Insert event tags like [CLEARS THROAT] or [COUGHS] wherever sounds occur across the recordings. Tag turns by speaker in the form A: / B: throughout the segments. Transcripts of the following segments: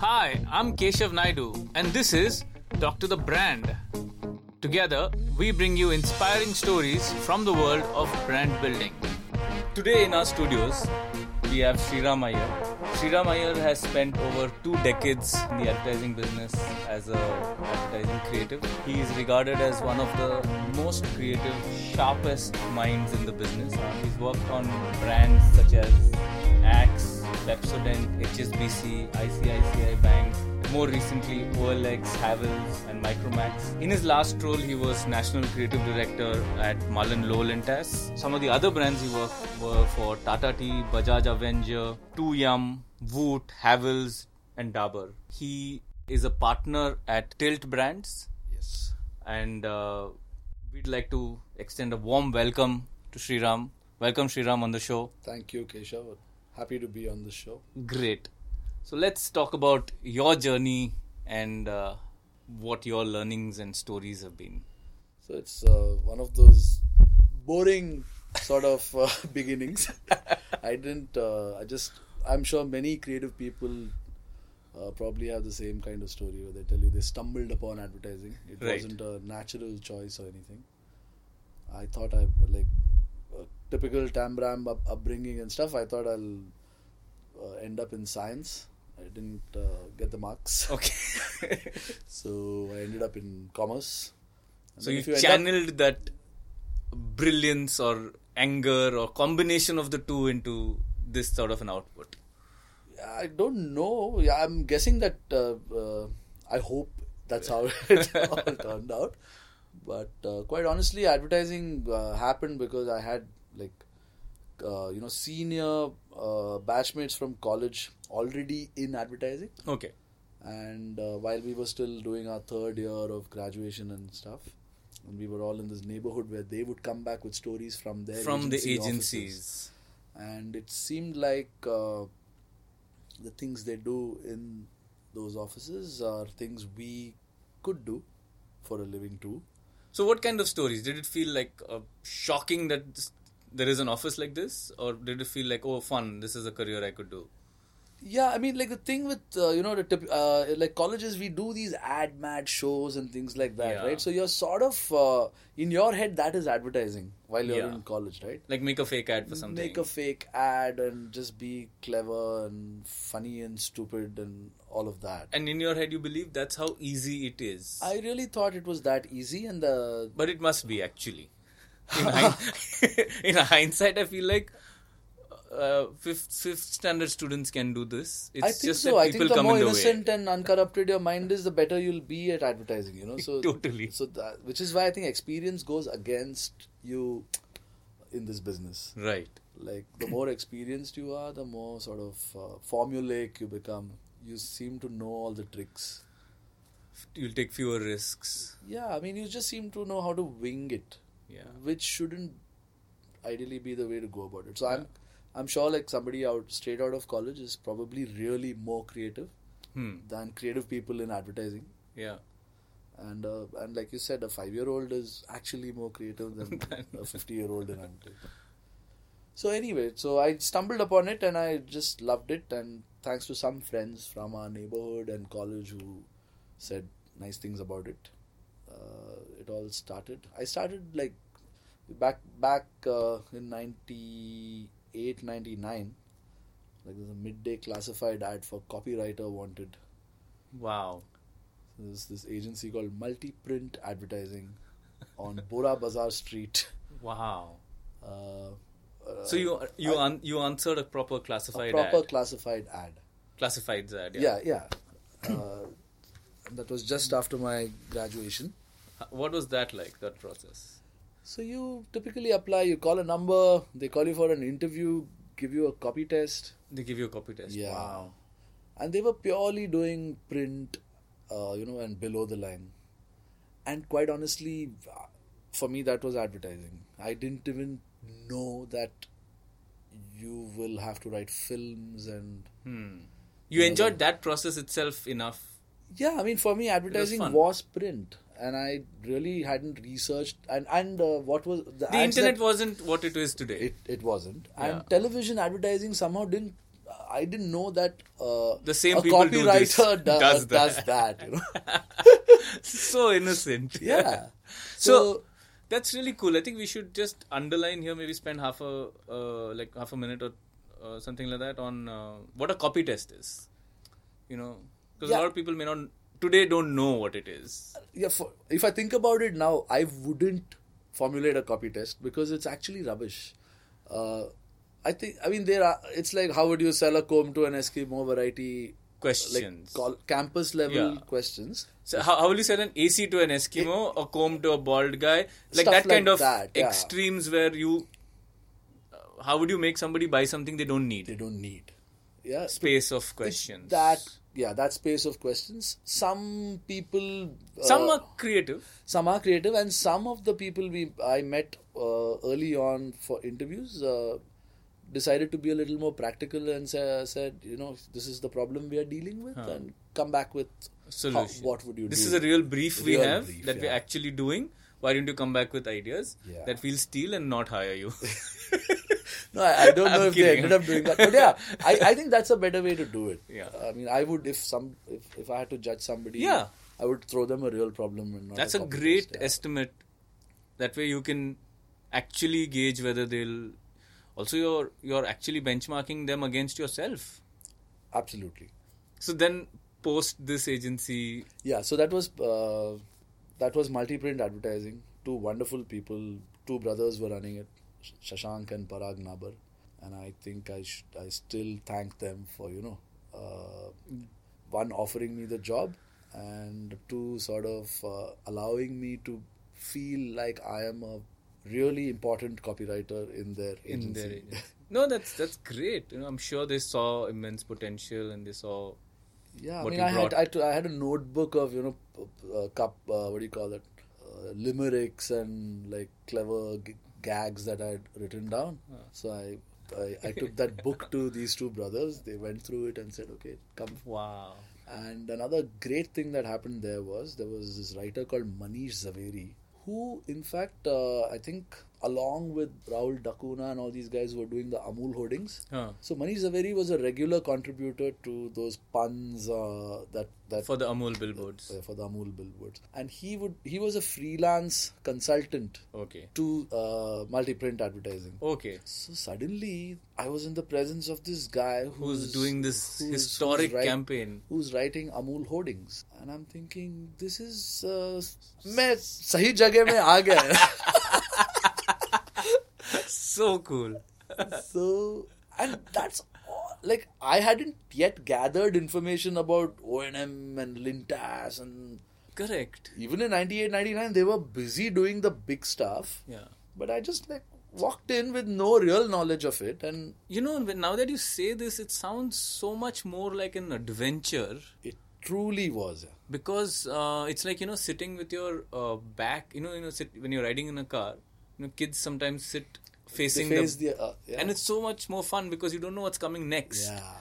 A: Hi, I'm Keshav Naidu, and this is Talk to the Brand. Together, we bring you inspiring stories from the world of brand building. Today, in our studios, we have Sriram Iyer. Sriram Iyer has spent over two decades in the advertising business as an advertising creative. He is regarded as one of the most creative, sharpest minds in the business. He's worked on brands such as Axe, Pepsodent, HSBC, ICICI Bank, more recently OLX, Havells, and Micromax. In his last role, he was National Creative Director at Mullen Lowell and Tass. Some of the other brands he worked were for Tata Tea, Bajaj Avenger, 2Yum, Woot, Havells, and Dabur. He is a partner at Tilt Brands,
B: Yes.
A: and uh, we'd like to extend a warm welcome to Sriram. Welcome, Sriram, on the show.
B: Thank you, Keshav. Happy to be on the show.
A: Great. So let's talk about your journey and uh, what your learnings and stories have been.
B: So it's uh, one of those boring sort of uh, [LAUGHS] beginnings. I didn't. Uh, I just. I'm sure many creative people uh, probably have the same kind of story where they tell you they stumbled upon advertising. It
A: Right.
B: wasn't a natural choice or anything. I thought I like uh, typical Tambram up- upbringing and stuff. I thought I'll uh, end up in science. I didn't uh, get the
A: [LAUGHS]
B: marks.
A: Okay. [LAUGHS]
B: [LAUGHS] So I ended up in commerce. And
A: so
B: then
A: you,
B: if end up-
A: channeled that brilliance or anger or combination of the two into this sort of an output.
B: I don't know. Yeah, I'm guessing that. Uh, uh, I hope that's how [LAUGHS] it all turned out. But uh, quite honestly, advertising uh, happened because I had like uh, you know senior uh, batchmates from college already in advertising,
A: Okay.
B: and uh, while we were still doing our third year of graduation and stuff. And we were all in this neighborhood where they would come back with stories from their
A: From
B: agency
A: the
B: offices.
A: agencies.
B: and it seemed like uh, the things they do in those offices are things we could do for a living too.
A: So what kind of stories? Did it feel like uh, shocking that this, there is an office like this? Or did it feel like, oh, fun, this is a career I could do?
B: Yeah, I mean, like the thing with uh, you know the tip, uh, like colleges, we do these ad mad shows and things like that,
A: Yeah.
B: right? So you're sort of uh, in your head that is advertising while you're
A: Yeah.
B: in college, right?
A: Like make a fake ad for something.
B: Make a fake ad and just be clever and funny and stupid and all of that.
A: and in your head you believe that's how easy it is
B: I really thought it was that easy, and the
A: but it must be actually
B: [LAUGHS]
A: in, hind- [LAUGHS] in hindsight i feel like uh, fifth, fifth standard students can do this it's
B: I think
A: just
B: so.
A: that
B: I
A: people
B: think the
A: come
B: more
A: in the
B: innocent and uncorrupted your mind is, the better you'll be at advertising.
A: [LAUGHS]
B: You know, so
A: Totally.
B: So that, which is why I think experience goes against you in this business.
A: way right
B: Like the
A: [CLEARS THROAT]
B: more experienced you are, the more sort of uh, formulaic you become. You seem to know all the tricks.
A: you'll take fewer risks
B: Yeah, I mean, you just seem to know how to wing it,
A: yeah
B: which shouldn't ideally be the way to go about it. So I'm, I'm sure like somebody out straight out of college is probably really more creative.
A: hmm
B: than creative people in advertising.
A: yeah
B: And uh, and like you said, a five year old is actually more creative than a fifty year old in advertising. So anyway, so I stumbled upon it and I just loved it. And thanks to some friends from our neighborhood and college who said nice things about it, uh, it all started. I started like back back uh, in 98, 99, Like there's a midday classified ad for copywriter wanted.
A: wow
B: There's this agency called Multiprint Advertising on Bora Bazaar Street.
A: wow
B: Uh, uh,
A: so you you un- you answered a proper classified
B: a proper
A: ad.
B: classified ad.
A: classified ad yeah.
B: Yeah, yeah. Uh, that was just after my graduation.
A: what was that like that process
B: So you typically apply. You call a number. They call you for an interview. Give you a copy test.
A: they give you a copy test
B: Yeah.
A: wow
B: and they were purely doing print, uh, you know, and below the line. And quite honestly, for me, that was advertising. I didn't even know that you will have to write films and.
A: hmm you enjoyed that process itself enough
B: Yeah, I mean, for me, advertising
A: fun.
B: was, print, and I really hadn't researched. And and uh, what was the,
A: the
B: ads
A: internet
B: that- [LAUGHS]
A: wasn't what it is today
B: It it wasn't.
A: Yeah.
B: And television advertising somehow didn't I didn't know that uh,
A: The same
B: a
A: people do this.
B: copywriter
A: [LAUGHS]
B: do-
A: Does
B: does,
A: that.
B: that. You know? [LAUGHS]
A: so innocent.
B: yeah.
A: [LAUGHS] So, that's really cool. I think we should just underline here. Maybe spend half a uh, like half a minute or uh, something like that on uh, what a copy test is. You know, because a
B: Yeah.
A: lot of people may not today don't know what it is.
B: yeah, for, if I think about it now, I wouldn't formulate a copy test because it's actually rubbish. Uh, I think I mean there are. It's like how would you sell a comb to an Eskimo variety
A: Questions.
B: like col- campus level
A: Yeah.
B: questions.
A: So how, how will you sell an AC to an Eskimo, a comb to a bald guy, like
B: Stuff
A: that kind
B: like
A: of
B: that, yeah.
A: extremes where you, uh, how would you make somebody buy something they don't
B: They
A: need?
B: don't need. Yeah,
A: Space of questions.
B: that yeah that space of questions. Some people uh,
A: some are creative.
B: some are creative and some of the people we i met uh, early on for interviews uh, decided to be a little more practical and sa- said you know this is the problem we are dealing with and come back with how-
A: solution.
B: what would you
A: this
B: do
A: is a real brief we
B: Real
A: have
B: brief,
A: that we're
B: yeah.
A: actually doing. Why don't you come back with ideas
B: Yeah.
A: that we'll steal and not hire
B: [LAUGHS]
A: you? [LAUGHS]
B: no i, I don't
A: I'm
B: know if
A: kidding.
B: they ended up doing that but yeah I, I think that's a better way to do it
A: Yeah.
B: i mean i would if some if, if i had to judge somebody
A: Yeah.
B: i would throw them a real problem and not
A: That's a
B: copy
A: great
B: paste, yeah.
A: estimate. That way you can actually gauge whether they'll. Also, you're you're actually benchmarking them against yourself.
B: absolutely
A: So then post this agency.
B: yeah so that was uh, that was multi-print advertising two wonderful people two brothers were running it Sh- shashank and parag nabar and i think i sh- i still thank them for you know uh, one offering me the job and two sort of uh, allowing me to feel like i am a really important copywriter in their agency.
A: In their agency. No, that's that's great. You know, I'm sure they saw immense potential and they saw
B: Yeah, I
A: what
B: mean,
A: you
B: I had,
A: brought.
B: I, t- I had a notebook of, you know, p- p- uh, cup, uh, what do you call it, uh, limericks and like clever g- gags that I had written down. So I, I, I took that book to these two brothers. They went through it and said, okay, come.
A: wow.
B: And another great thing that happened there was there was this writer called Manish Zaveri, who, in fact, uh, I think along with Rahul Dakuna and all these guys who were doing the Amul hoardings.
A: Huh.
B: So Manish Zaveri was a regular contributor to those puns uh, that that
A: For the Amul billboards.
B: uh, for the Amul billboards, and he would he was a freelance consultant
A: Okay.
B: to uh, multi-print advertising.
A: Okay.
B: So suddenly, I was in the presence of this guy who's,
A: Who's doing this
B: who's- who's
A: historic
B: write-
A: campaign?
B: Who's writing Amul hoardings, and I'm thinking, this is uh, मैं सही जगह में आ गया
A: [LAUGHS]
B: है."
A: So cool.
B: so and that's all, like I hadn't yet gathered information about O&M and Lintas and
A: [LAUGHS] Correct.
B: even in 98 99 they were busy doing the big stuff
A: Yeah.
B: but I just like walked in with no real knowledge of it and
A: You know, when- now that you say this, it sounds so much more like an adventure
B: it truly was
A: because uh, it's like you know sitting with your uh, back. You know, you know, sit, when you're riding in a car. You know, kids sometimes sit
B: they
A: facing
B: faced
A: the
B: the, uh, yeah.
A: and it's so much more fun because you don't know what's coming next
B: yeah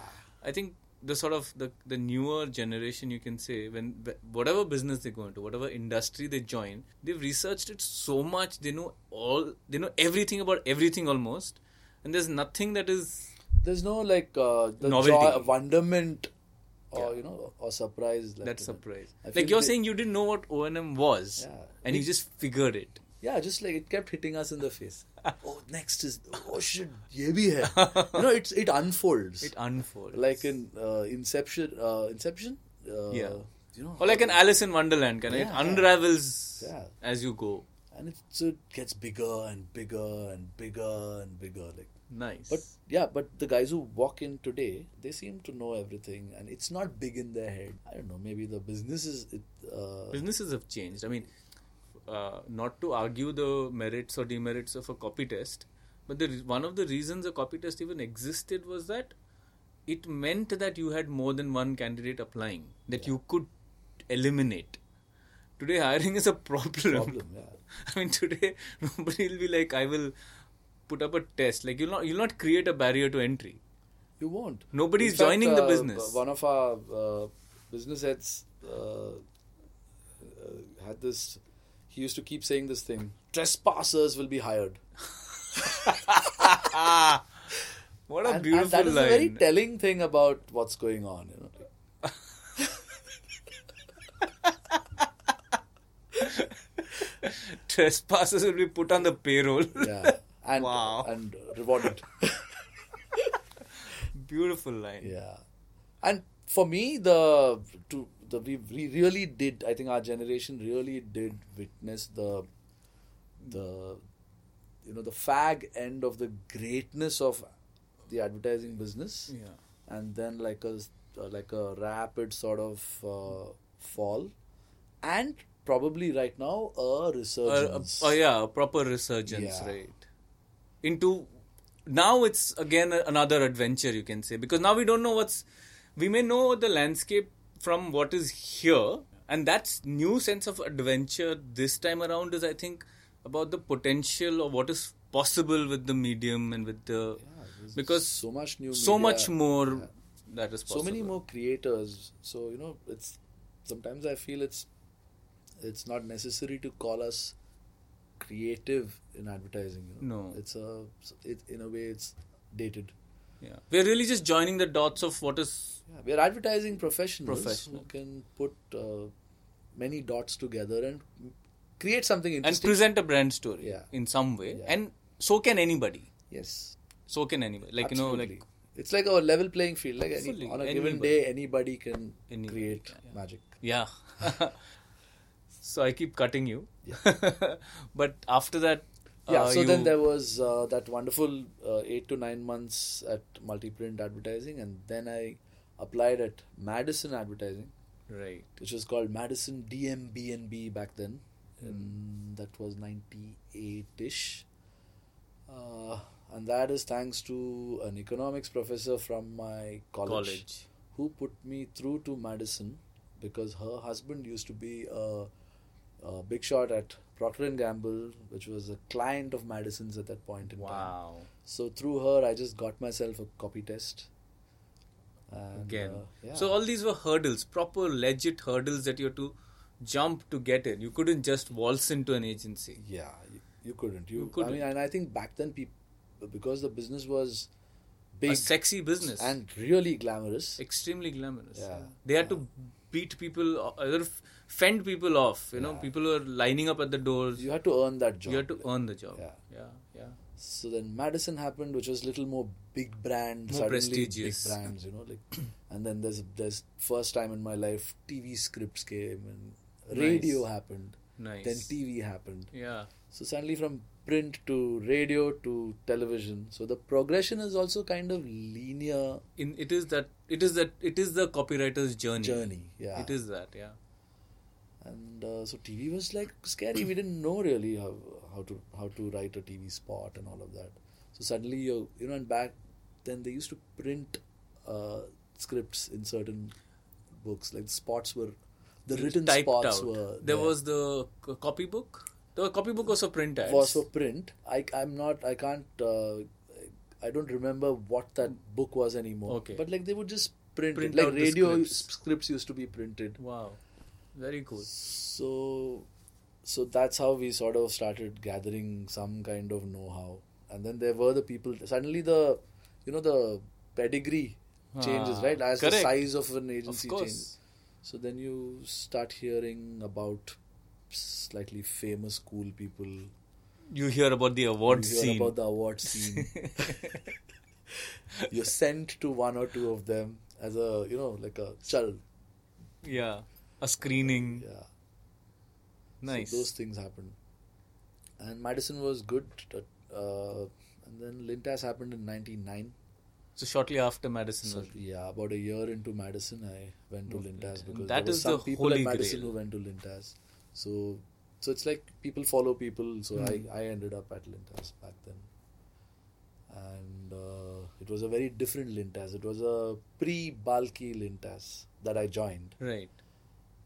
A: i think the sort of the, the newer generation you can say when whatever business they go into whatever industry they join they've researched it so much they know all they know everything about everything almost and there's nothing that is
B: there's no like uh, the
A: Novelty.
B: joy wonderment or you know or surprise
A: that
B: left in it.
A: surprise
B: I
A: like
B: feel
A: you're
B: they-
A: saying you didn't know what onm was
B: Yeah.
A: and you just figured it
B: yeah just like it kept hitting us in the face [LAUGHS] oh next is oh shit ye bhi
A: [LAUGHS]
B: hai you know it's it unfolds
A: it unfolds
B: like in uh, Inception uh, Inception uh,
A: Yeah.
B: you know
A: or like an alice in wonderland kind of it
B: Yeah, yeah.
A: unravels
B: Yeah.
A: as you go
B: and it, so it gets bigger and bigger and bigger and bigger like
A: nice
B: but yeah but the guys who walk in today they seem to know everything and it's not big in their head i don't know maybe the business is it, uh,
A: businesses have changed. I mean, uh, not to argue the merits or demerits of a copy test, but the, re- one of the reasons a copy test even existed was that it meant that you had more than one candidate applying that you could eliminate. Today, hiring is a problem. [LAUGHS]
B: Problem, yeah.
A: I mean, today [LAUGHS] nobody will be like, "I will put up a test." Like you'll not you'll not create a barrier to
B: [LAUGHS]
A: entry. [LAUGHS]
B: you won't
A: Nobody is
B: In fact,
A: joining the
B: uh,
A: business.
B: one of our uh, business heads uh, uh, had this he used to keep saying this thing trespassers will be hired
A: What a
B: And,
A: beautiful
B: and that is
A: line.
B: a very telling thing about what's going on. You know,
A: [LAUGHS] Trespassers will be put on the payroll.
B: yeah, and
A: Wow.
B: and rewarded.
A: [LAUGHS] Beautiful line.
B: yeah, and for me, the to the we, we really did. I think our generation really did witness the the you know the fag end of the greatness of the advertising business.
A: Yeah.
B: and then like a uh, like a rapid sort of uh, fall, and probably right now a
A: Uh,
B: resurgence.
A: uh, yeah, a proper resurgence,
B: Yeah.
A: right? Into now it's again a- another adventure you can say because now we don't know what's we may know the landscape from what is here and that's new sense of adventure this time around is I think about the potential of what is possible with the medium and with the
B: There's
A: because
B: so much new,
A: so
B: media,
A: much more that is
B: so
A: possible.
B: many more creators. So you know, it's sometimes I feel it's it's not necessary to call us creative in advertising. You know?
A: No.
B: it's a it in a way it's dated.
A: Yeah. We're really just joining the dots of what is
B: Yeah, we're advertising professionals
A: Professional.
B: who can put uh, many dots together and create something
A: and
B: interesting.
A: present a brand story
B: Yeah.
A: in some way.
B: Yeah.
A: And so can anybody.
B: yes.
A: So can anybody. Like you know,
B: Absolutely.
A: like
B: it's like a level playing field. Like any,
A: Absolutely.
B: on a given
A: Anybody.
B: day, anybody can
A: Anybody
B: create
A: can,
B: magic.
A: yeah. [LAUGHS] so I keep cutting you. [LAUGHS] but after that,
B: Yeah.
A: uh,
B: so
A: you-
B: then there was uh, that wonderful uh, eight to nine months at Multiprint Advertising, and then I applied at Madison Advertising,
A: right.
B: which was called Madison DMBNB back then, and that was ninety eight ish. Uh, and that is thanks to an economics professor from my
A: College.
B: who put me through to Madison because her husband used to be a, a big shot at Procter and Gamble, which was a client of Madison's at that point in time.
A: Wow.
B: So through her, I just got myself a copy test. And,
A: Again.
B: uh, yeah.
A: So all these were hurdles, proper legit hurdles that you had to jump to get in. You couldn't just waltz into an agency.
B: yeah, you, you couldn't. You,
A: You couldn't.
B: I mean, and I think back then, people because the business was
A: A
B: big
A: sexy business.
B: and really glamorous.
A: extremely glamorous.
B: Yeah.
A: They had to beat people, o- uh, f- fend people off. You know,
B: Yeah.
A: people were lining up at the doors.
B: You had to earn that job.
A: You had to earn the job.
B: Yeah.
A: yeah, yeah.
B: So then Madison happened, which was little more big brand,
A: More
B: suddenly
A: prestigious.
B: big brands, you know, like. And then there's there's first time in my life TV scripts came and radio
A: Nice.
B: happened,
A: Nice.
B: then TV happened.
A: yeah,
B: So suddenly from print to radio to television. So the progression is also kind of linear
A: in it is that it is that it is the copywriter's journey.
B: journey. Yeah.
A: It is that. Yeah.
B: And uh, so TV was like scary. we didn't know really how how to how to write a TV spot and all of that. So suddenly you you know and back then they used to print uh, scripts in certain books like the spots were the written
A: Typed
B: spots
A: out.
B: were
A: there was the c- copy book. The copy book was for print ads.
B: was for print. I I'm not I can't uh, I don't remember what that book was anymore.
A: Okay.
B: But like they would just print,
A: Print
B: it like
A: out the
B: radio
A: scripts.
B: scripts. scripts used to be printed.
A: wow, very cool.
B: So, so that's how we sort of started gathering some kind of know-how, and then there were the people. Suddenly, the you know the pedigree changes,
A: Ah,
B: right? As the
A: correct.
B: size of an
A: Of
B: agency changes,
A: course.
B: so then you start hearing about slightly famous, cool people.
A: You hear about the award
B: you hear
A: scene.
B: about the award
A: [LAUGHS]
B: scene. You're sent to one or two of them as a you know like a chal.
A: yeah. A screening.
B: Yeah.
A: Nice.
B: So those things happened. And Madison was good. Uh, and then Lintas happened in 99.
A: So shortly after Madison
B: So,
A: was
B: yeah, about a year into Madison, I went to Lintas because
A: That
B: there were
A: is
B: some
A: the
B: people
A: holy
B: at Madison
A: grail.
B: who went to Lintas. So, so it's like people follow people. So
A: Hmm.
B: I, I ended up at Lintas back then. And uh, it was a very different Lintas. It was a pre-bulky Lintas that I joined.
A: Right.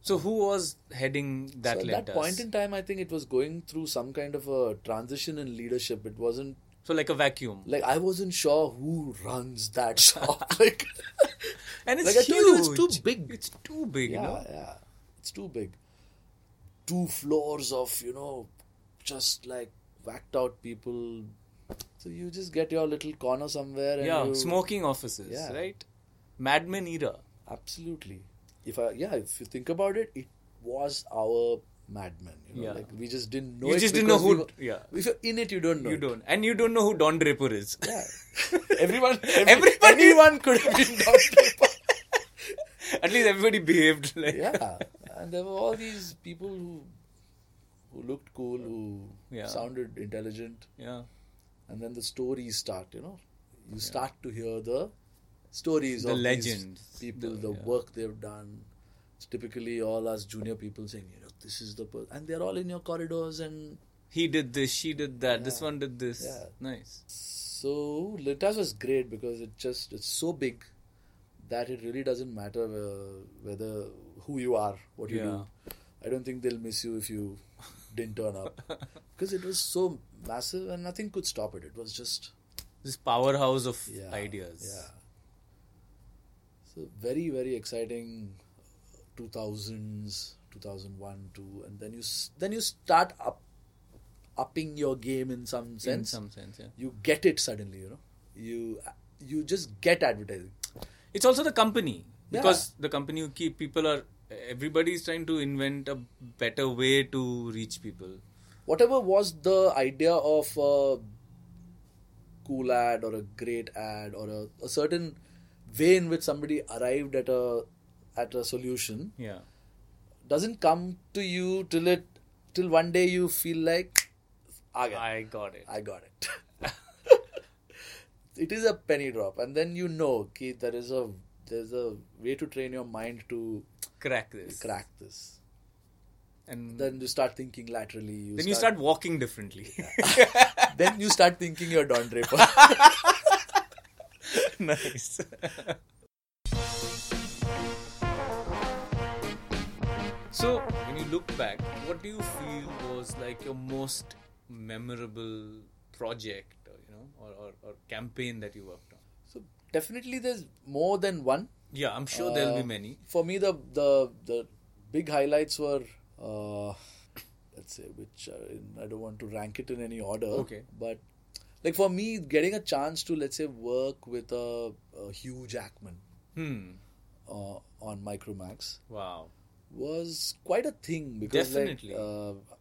A: So who was heading that
B: so at that
A: Lentas?
B: point in time, I think it was going through some kind of a transition in leadership. It wasn't
A: so like a vacuum.
B: like I wasn't sure who runs that [LAUGHS] shop. like,
A: and it's
B: like I
A: huge.
B: told you, it's too big.
A: It's too big, you
B: yeah,
A: know.
B: yeah, it's too big. Two floors of you know, just like whacked out people. So So you just get your little corner somewhere. And
A: yeah,
B: you-
A: smoking offices,
B: Yeah.
A: right? Madman era.
B: Absolutely. If I yeah, if you think about it, it was our madman. You know,
A: Yeah.
B: like we just didn't know.
A: You
B: it
A: just didn't know
B: because
A: who-
B: we were-
A: yeah.
B: If you're in it, you don't know.
A: You
B: it.
A: don't, and you don't know who Don Draper is. [LAUGHS]
B: Yeah. Everyone. Every,
A: Everybody-
B: Anyone could have been Dr.
A: At least everybody behaved like.
B: yeah. And there were all these people who who looked cool, who
A: Yeah.
B: sounded intelligent,
A: Yeah.
B: and then the stories start. You know, you start to hear the stories
A: The
B: of these
A: legends.
B: people,
A: The-
B: the
A: yeah.
B: work they've done. It's typically all us junior people saying, you know, this is the person, and they're all in your corridors, and
A: He did this. She did that. This
B: Yeah.
A: one did this.
B: Yeah.
A: Nice.
B: so Litas was great because it just it's so big that it really doesn't matter uh, whether who you are, what you do. I don't think they'll miss you if
A: [LAUGHS]
B: you didn't turn up because it was so massive and nothing could stop it. It was just
A: This powerhouse of
B: yeah,
A: ideas.
B: Yeah. So very very exciting, two thousands, two thousand one, two, and then you s- then you start up, upping your game in some
A: In
B: sense.
A: some sense, yeah.
B: you get it suddenly, you know. You you just get advertising.
A: It's also the company
B: Yeah.
A: because the company you keep people are everybody is trying to invent a better way to reach people.
B: whatever was the idea of a cool ad or a great ad or a, a certain way in which somebody arrived at a at a solution
A: Yeah.
B: doesn't come to you till it till one day you feel like I got it.
A: I got it.
B: I got it. [LAUGHS] it is a penny drop and then you know ki, there is a there's a way to train your mind to
A: Crack this.
B: crack this
A: And
B: then you start thinking laterally you
A: then you start walking differently.
B: [LAUGHS] then you start thinking you're Don Draper
A: [LAUGHS] nice. so, when you look back, what do you feel was like your most memorable project, or, you know, or, or, or campaign that you worked on?
B: So definitely, there's more than one.
A: Yeah, I'm sure there'll be
B: Uh,
A: many.
B: For me, the the the big highlights were. Uh, Let's say which uh, in, I don't want to rank it in any order.
A: Okay.
B: But like for me, getting a chance to let's say work with a, a Hugh Jackman
A: Hmm.
B: uh, on Micromax
A: Wow.
B: was quite a thing because
A: Definitely.
B: like uh,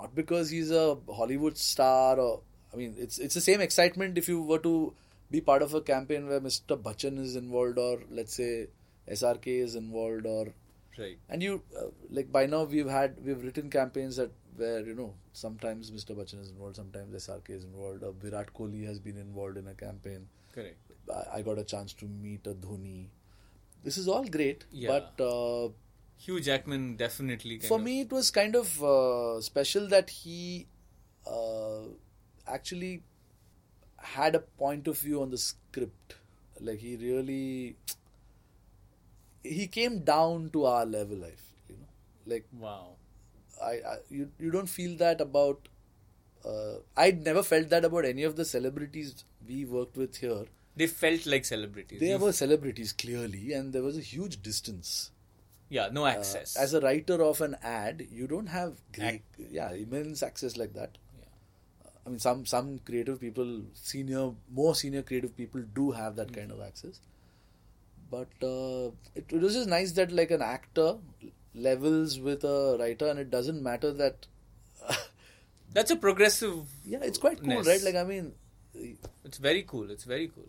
B: not because he's a Hollywood star or I mean it's it's the same excitement if you were to be part of a campaign where Mr. Bachchan is involved or let's say SRK is involved or
A: Right.
B: and you uh, like by now we've had we've written campaigns that where you know sometimes Mr. Bachchan is involved sometimes SRK is involved or Virat Kohli has been involved in a campaign
A: Correct.
B: I, I got a chance to meet a Dhoni this is all great
A: Yeah.
B: but uh,
A: Hugh Jackman definitely. Kind
B: for
A: of-
B: me it was kind of uh, special that he uh, actually had a point of view on the script like he really he came down to our level life you know like
A: Wow.
B: i, I you, you don't feel that about uh, i'd never felt that about any of the celebrities we worked with here
A: They felt like celebrities.
B: they
A: You-
B: were celebrities clearly and there was a huge distance
A: yeah, no
B: Uh,
A: access.
B: as a writer of an ad, you don't have great, yeah, immense access like that.
A: Yeah.
B: I mean, some some creative people, senior, more senior creative people, do have that kind of access. But uh, it, it was just nice that like an actor levels with a writer, and it doesn't matter that. [LAUGHS]
A: That's a progressive.
B: yeah, it's quite cool,
A: Nice.
B: right? Like uh, I mean,
A: It's very cool. It's very cool.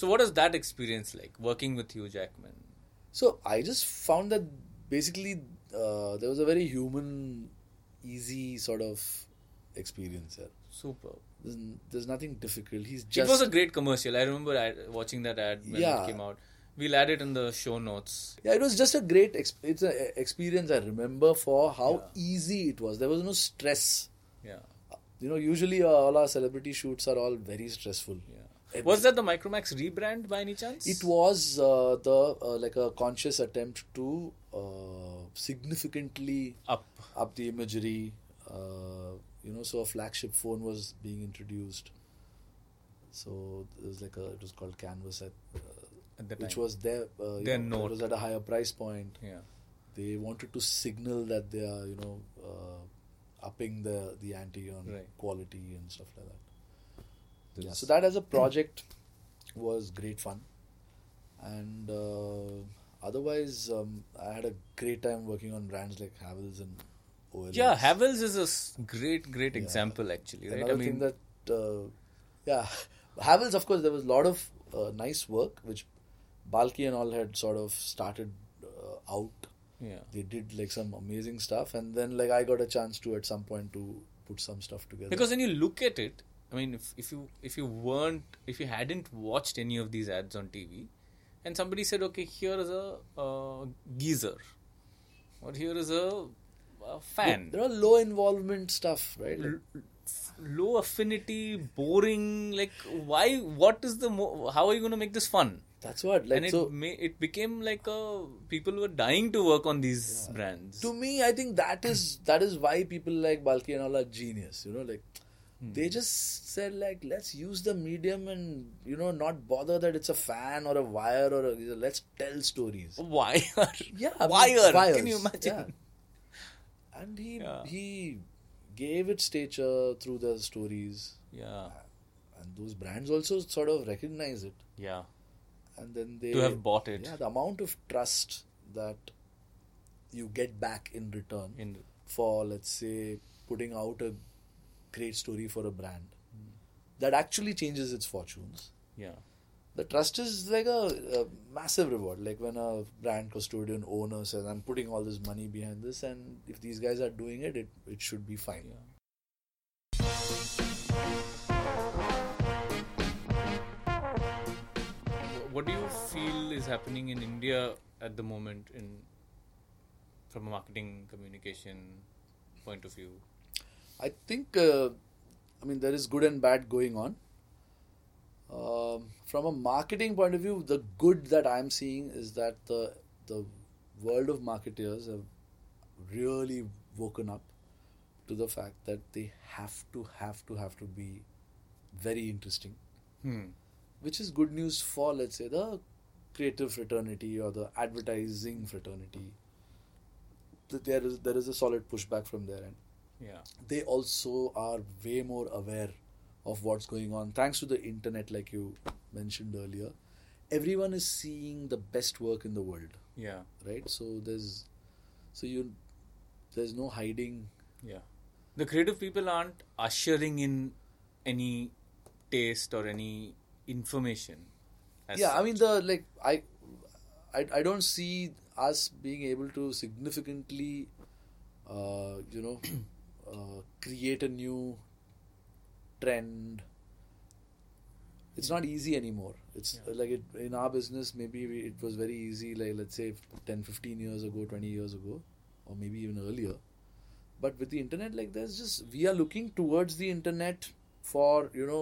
A: So, what is that experience like working with Hugh Jackman?
B: So I just found that basically uh, there was a very human, easy sort of experience here.
A: Super.
B: There's, n- there's nothing difficult. He's just
A: it was a great commercial. I remember ad, watching that ad when
B: Yeah.
A: it came out. We'll add it in the show notes.
B: yeah. It was just a great. Exp- it's an experience I remember for how easy it was. There was no stress.
A: Yeah.
B: You know, usually uh, all our celebrity shoots are all very stressful.
A: Yeah. Was that the Micromax rebrand by any chance?
B: It was uh, the uh, like a conscious attempt to uh, significantly
A: Up.
B: up the imagery. Uh, you know, so a flagship phone was being introduced. So it was like a, it was called Canvas, at, uh,
A: At the
B: which
A: time.
B: was their uh, you
A: Their
B: know,
A: note.
B: It was at a higher price point.
A: Yeah.
B: They wanted to signal that they are you know uh, upping the the ante on
A: Right.
B: quality and stuff like that. Yeah,
A: This-
B: so that as
A: [CLEARS THROAT]
B: a project was great fun, and uh, otherwise um, I had a great time working on brands like Havels and OLX.
A: yeah, Havels is a s- great, great example actually, right?
B: Another
A: I mean,
B: thing that, uh, yeah, [LAUGHS] Havels, of course, there was a lot of uh, nice work which Balki and all had sort of started uh, out.
A: yeah,
B: They did like some amazing stuff, and then like I got a chance to at some point to put some stuff together.
A: because when you look at it, I mean, if, if you if you weren't if you hadn't watched any of these ads on TV, and somebody said, okay, here is a uh, geezer, or here is a, a fan,
B: there are low involvement stuff, right? Like,
A: low affinity, boring. Like, why? What is the? Mo- how are you going to make this fun?
B: that's what. Like
A: and it
B: so,
A: ma- it became like a people were dying to work on these brands.
B: to me, I think that is that is why people like Balki and all are genius. You know, like
A: Hmm.
B: they just said like let's use the medium and you know not bother that it's a fan or a wire or a, let's tell stories.
A: [LAUGHS] Wire.
B: Yeah, I mean,
A: Wire.
B: wires,
A: Can you imagine?
B: yeah. And he
A: Yeah.
B: he gave it stature through the stories,
A: Yeah.
B: and those brands also sort of recognize it,
A: Yeah.
B: and then they
A: To have bought it.
B: Yeah, the amount of trust that you get back in return
A: In
B: for let's say putting out a great story for a brand
A: Hmm.
B: that actually changes its fortunes.
A: yeah.
B: The trust is like a, a massive reward. Like when a brand custodian owner says, "I'm putting all this money behind this, and if these guys are doing it, it, it should be fine."
A: Yeah. Wh- What do you feel is happening in India at the moment in from a marketing communication point of view?
B: I think, uh, I mean, there is good and bad going on. Um, from a marketing point of view, the good that I'm seeing is that the the world of marketeers have really woken up to the fact that they have to have to have to be very interesting,
A: Hmm.
B: which is good news for let's say the creative fraternity or the advertising fraternity. That There is there is a solid pushback from their end
A: Yeah.
B: they also are way more aware of what's going on thanks to the internet like you mentioned earlier everyone is seeing the best work in the world
A: Yeah.
B: right so there's so you there's no hiding
A: Yeah. The creative people aren't ushering in any taste or any information. as
B: yeah i
A: such.
B: mean the like I, I i don't see us being able to significantly uh you know [CLEARS THROAT] uh, create a new trend it's not easy anymore it's
A: Yeah.
B: like it, in our business maybe we, it was very easy like let's say 10 15 years ago 20 years ago or maybe even earlier but with the internet like there's just we are looking towards the internet for you know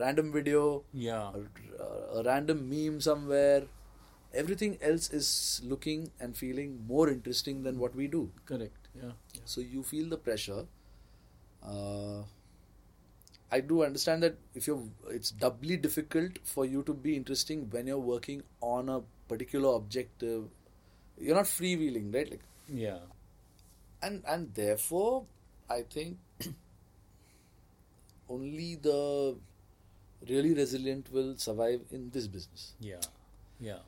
B: random video
A: Yeah.
B: a, a random meme somewhere. Everything else is looking and feeling more interesting than what we do.
A: Correct. Yeah.
B: So you feel the pressure. Uh, I do understand that if you're, it's doubly difficult for you to be interesting when you're working on a particular objective. You're not freewheeling, right? Like,
A: Yeah.
B: and and therefore i think [CLEARS THROAT] only the really resilient will survive in this business
A: Yeah. Yeah.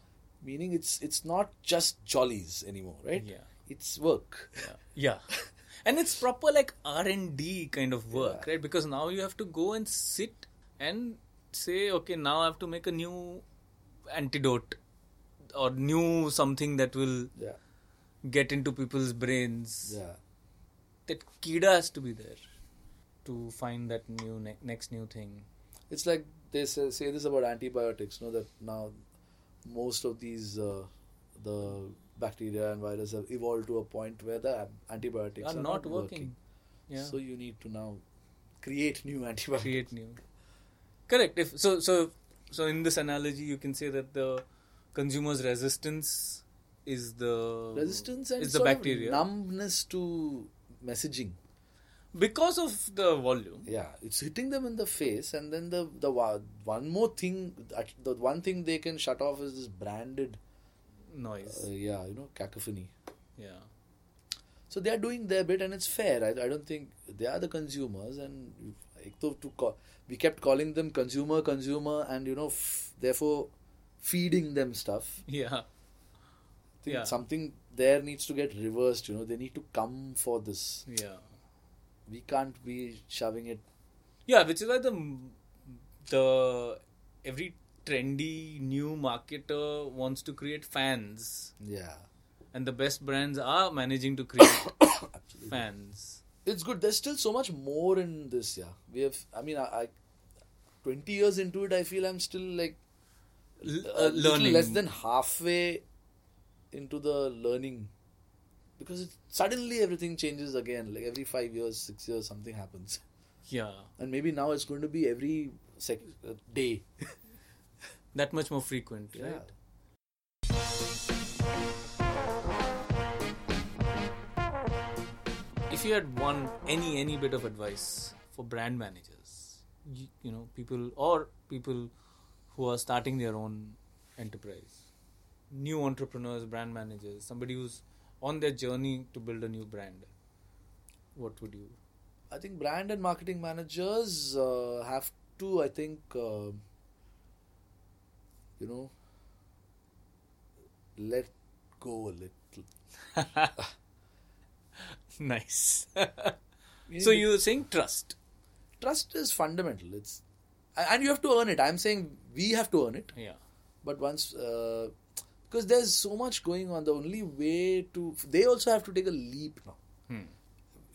B: meaning it's it's not just jollies anymore right
A: Yeah.
B: it's work
A: Yeah. Yeah. [LAUGHS] And it's proper like R and D kind of work, right? Because now you have to go and sit and say, okay, now I have to make a new antidote or new something that will
B: [LAUGHS] yeah
A: get into people's brains.
B: yeah
A: that Kida has to be there to find that new ne- next new thing.
B: it's like they say, say this about antibiotics know that now most of these uh, the bacteria and virus have evolved to a point where the
A: They
B: antibiotics
A: are not working. Yeah.
B: so you need to now create new [LAUGHS] antibiotics
A: create new. Correct. If so, so, so in this analogy, you can say that the consumer's resistance is the
B: resistance and
A: is the
B: sort of
A: bacteria
B: numbness to messaging
A: because of the volume.
B: yeah it's hitting them in the face and then the the wa- one more thing that- the one thing they can shut off is this branded
A: Noise.
B: uh, yeah you know cacophony
A: yeah.
B: So they are doing their bit, and it's fair. I, I don't think they are the consumers, and एक तो to call, we kept calling them consumer, consumer, and you know, f- therefore feeding them stuff.
A: Yeah.
B: I think
A: Yeah.
B: something there needs to get reversed. You know, they need to come for this.
A: Yeah.
B: We can't be shoving it.
A: Yeah, which is why the the every trendy new marketer wants to create fans,
B: Yeah, [COUGHS]
A: and the best brands are managing to create
B: absolutely.
A: fans.
B: It's good. There's still so much more in this. Yeah, we have. I mean, I, I twenty years into it, I feel I'm still like
A: L-
B: a
A: uh,
B: little
A: learning.
B: less than halfway into the learning because it, suddenly everything changes again like every 5 years 6 years something happens
A: yeah,
B: and maybe now it's going to be every sec- uh, day
A: that much more frequent.
B: yeah
A: Right? If you had one any any bit of advice for brand managers, you, you know people or people who are starting their own enterprise, new entrepreneurs, brand managers, somebody who's on their journey to build a new brand, what would you?
B: i think brand and marketing managers uh, have to i think uh, you know let go a little
A: [LAUGHS] nice. [LAUGHS] so you're saying trust?
B: trust is fundamental it's and you have to earn it i'm saying we have to earn it
A: Yeah.
B: but once uh, because there's so much going on the only way to they also have to take a leap now
A: Hmm.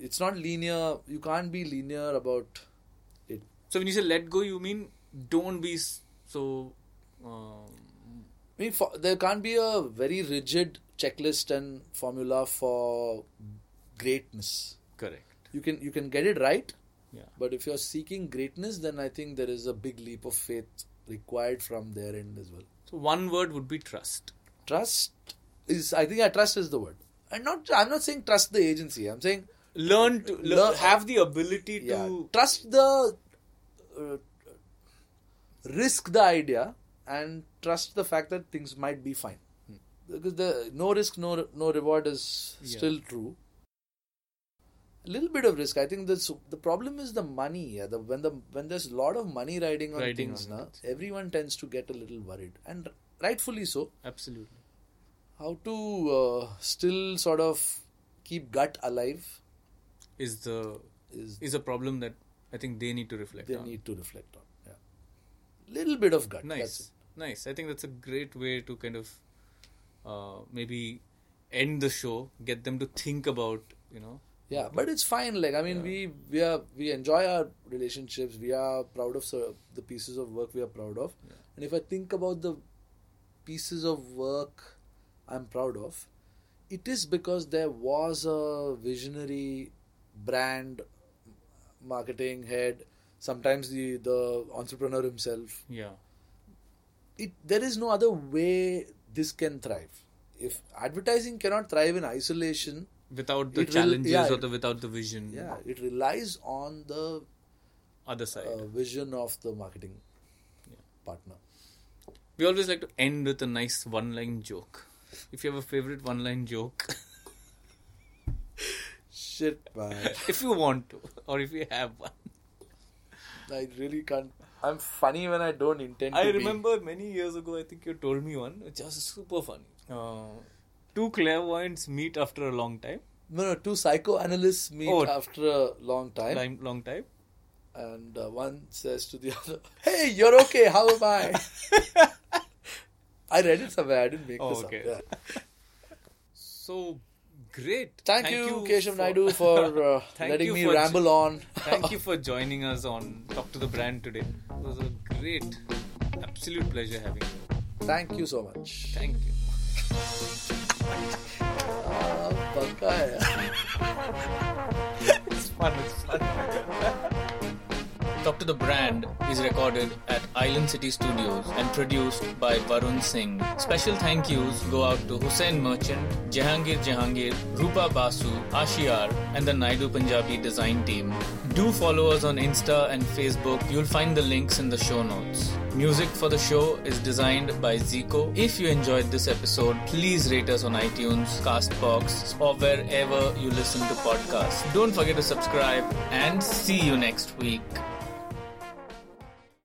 B: it's not linear you can't be linear about it
A: So when you say let go, you mean don't be s- so. Um,
B: i mean for, there can't be a very rigid checklist and formula for greatness
A: correct.
B: you can you can get it right
A: Yeah.
B: but if you're seeking greatness then i think there is a big leap of faith required from their end as well
A: So one word would be trust.
B: trust is i think yeah, trust is the word and not i'm not saying trust the agency i'm saying
A: Learn to lear-
B: Learn-
A: have the ability
B: yeah,
A: to.
B: trust the uh, risk the idea and trust the fact that things might be fine Hmm. because the no risk no no reward is
A: Yeah.
B: still true a little bit of risk i think this the problem is the money yeah the when the when there's a lot of money riding on
A: Riding
B: things
A: on
B: now
A: it.
B: everyone tends to get a little worried and rightfully so
A: Absolutely.
B: how to uh, still sort of keep gut alive
A: Is the
B: is
A: is a problem that I think they need to reflect
B: they
A: on.
B: need to reflect on. Yeah, little bit of gut. That's it.
A: nice, nice. I think that's a great way to kind of uh, maybe end the show. Get them to think about you know.
B: Yeah, but it's fine. Like I mean, we we are we enjoy our relationships. We are proud of cer- the pieces of work we are proud of. And if I think about the pieces of work I'm proud of, it is because there was a visionary brand marketing head. Sometimes the the entrepreneur himself
A: Yeah.
B: it there is no other way this can thrive if advertising cannot thrive in isolation
A: Without the
B: It will-
A: challenges
B: yeah,
A: or the without the vision.
B: yeah it relies on the
A: Other side.
B: uh, vision of the marketing partner
A: We always like to end with a nice one line joke. If you have a favorite one line joke, [LAUGHS]
B: shit man [LAUGHS]
A: if you want to, or if you have one.
B: i really can't i'm funny when i don't intend to
A: I
B: be.
A: remember many years ago, I think you told me one, which was super funny.
B: Oh.
A: Uh, two clairvoyants meet after a long time.
B: no no two psychoanalysts meet
A: Oh.
B: after a long time
A: Time, long time.
B: [LAUGHS] and uh, one says to the [LAUGHS] other hey you're okay how am
A: [LAUGHS]
B: i i read it somewhere i didn't make
A: Oh,
B: this
A: okay.
B: up yeah.
A: So great.
B: Thank, you, Keshav
A: for-
B: Naidu,
A: [LAUGHS]
B: for uh,
A: Thank
B: letting
A: you
B: me
A: for jo-
B: ramble on.
A: Thank you for joining us on Talk to the Brand today. It was a great, absolute pleasure having you.
B: [LAUGHS] Thank you so much.
A: Thank you.
B: Ah, पक्का है
A: It's fun, it's fun. Talk to the Brand is recorded at Island City Studios and produced by Varun Singh. Special thank yous go out to Hussein Merchant, Jahangir Jahangir, Rupa Basu, Ashiar, and the Naidu Punjabi design team. Do follow us on Insta and Facebook. You'll find the links in the show notes. Music for the show is designed by Zico. If you enjoyed this episode, please rate us on iTunes, Castbox, or wherever you listen to podcasts. Don't forget to subscribe and see you next week.